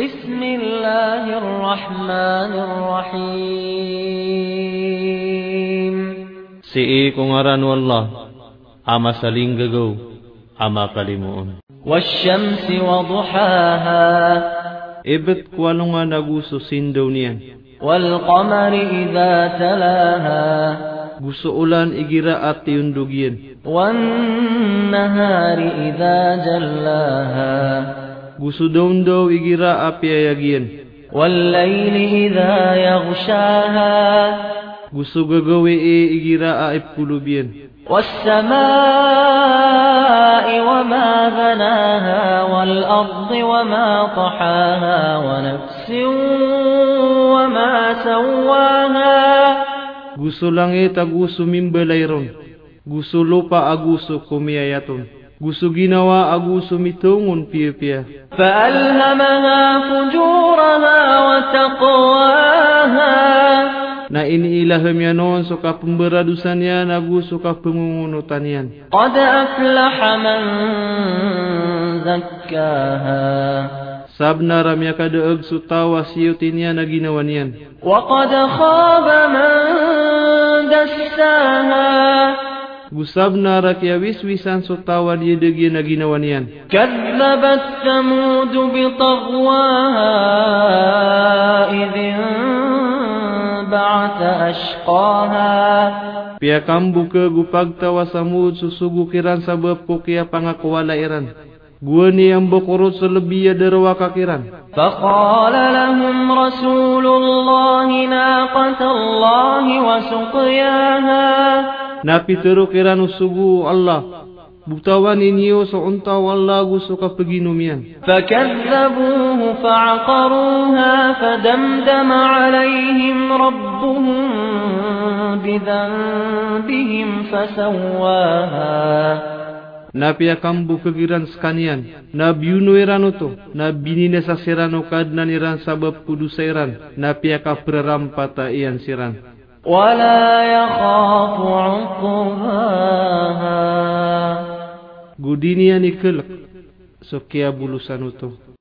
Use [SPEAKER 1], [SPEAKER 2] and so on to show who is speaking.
[SPEAKER 1] بسم الله الرحمن الرحيم
[SPEAKER 2] Si kung aran wallah ama saling gagaw ama kalimuon.
[SPEAKER 1] والشمس وضحاها
[SPEAKER 2] Ibet kwalunga naguso sindaw niyan.
[SPEAKER 1] والقمر إذا تلاها
[SPEAKER 2] Gusto ulan igira at tiyundugyan.
[SPEAKER 1] والنهار إذا جلاها
[SPEAKER 2] Gusto dawn daw igira apiayagyan.
[SPEAKER 1] والليل إذا يغشاها
[SPEAKER 2] Gusto gagawi e igira aipkulubyan.
[SPEAKER 1] والسماء وما بناها والأرض وما طحاها ونفس وما سواها
[SPEAKER 2] Gusto langit aguso mimbalayron. Gusto lupa aguso kumiayaton. Gusto ginawa aguso mitungon piya-piya.
[SPEAKER 1] فألهمها فجورها وتقواها
[SPEAKER 2] Na iniilaham yan noon so kapumberadusan yan aguso kapungungunutan yan.
[SPEAKER 1] قد أفلح من زكاها
[SPEAKER 2] Sabna ramya kadaeg sutawa siyutin niya na ginawa niyan.
[SPEAKER 1] وقد خاب من دساها
[SPEAKER 2] Gusabna rakya wiswisan sutawa diyedegi na ginawa niyan.
[SPEAKER 1] كذبت ثمود بطغواها إذ انبعث أشقاها
[SPEAKER 2] Pia kambu ke gupag tawa samud susugu kiran sabab pukia pangakuwa lairan. Gua ni yang bokorot selebih derwa kakiran.
[SPEAKER 1] فقال لهم رسول الله ناقة الله وسقياها
[SPEAKER 2] Napi teru kiran usugu Allah. Butawan inyo sa unta wala gusto ka paginumian.
[SPEAKER 1] فكذبوه فعقروها فدمدم عليهم ربهم بذنبهم فسواها
[SPEAKER 2] Na pia kambu kegiran sekanian. Na biunu iran uto. Na binine sa siran o kadnan iran sabab kudusa iran. Na pia ka prerampata ian siran.
[SPEAKER 1] ولا يخاف عقباها
[SPEAKER 2] Gudini yan ikelak. So kia bulusan uto.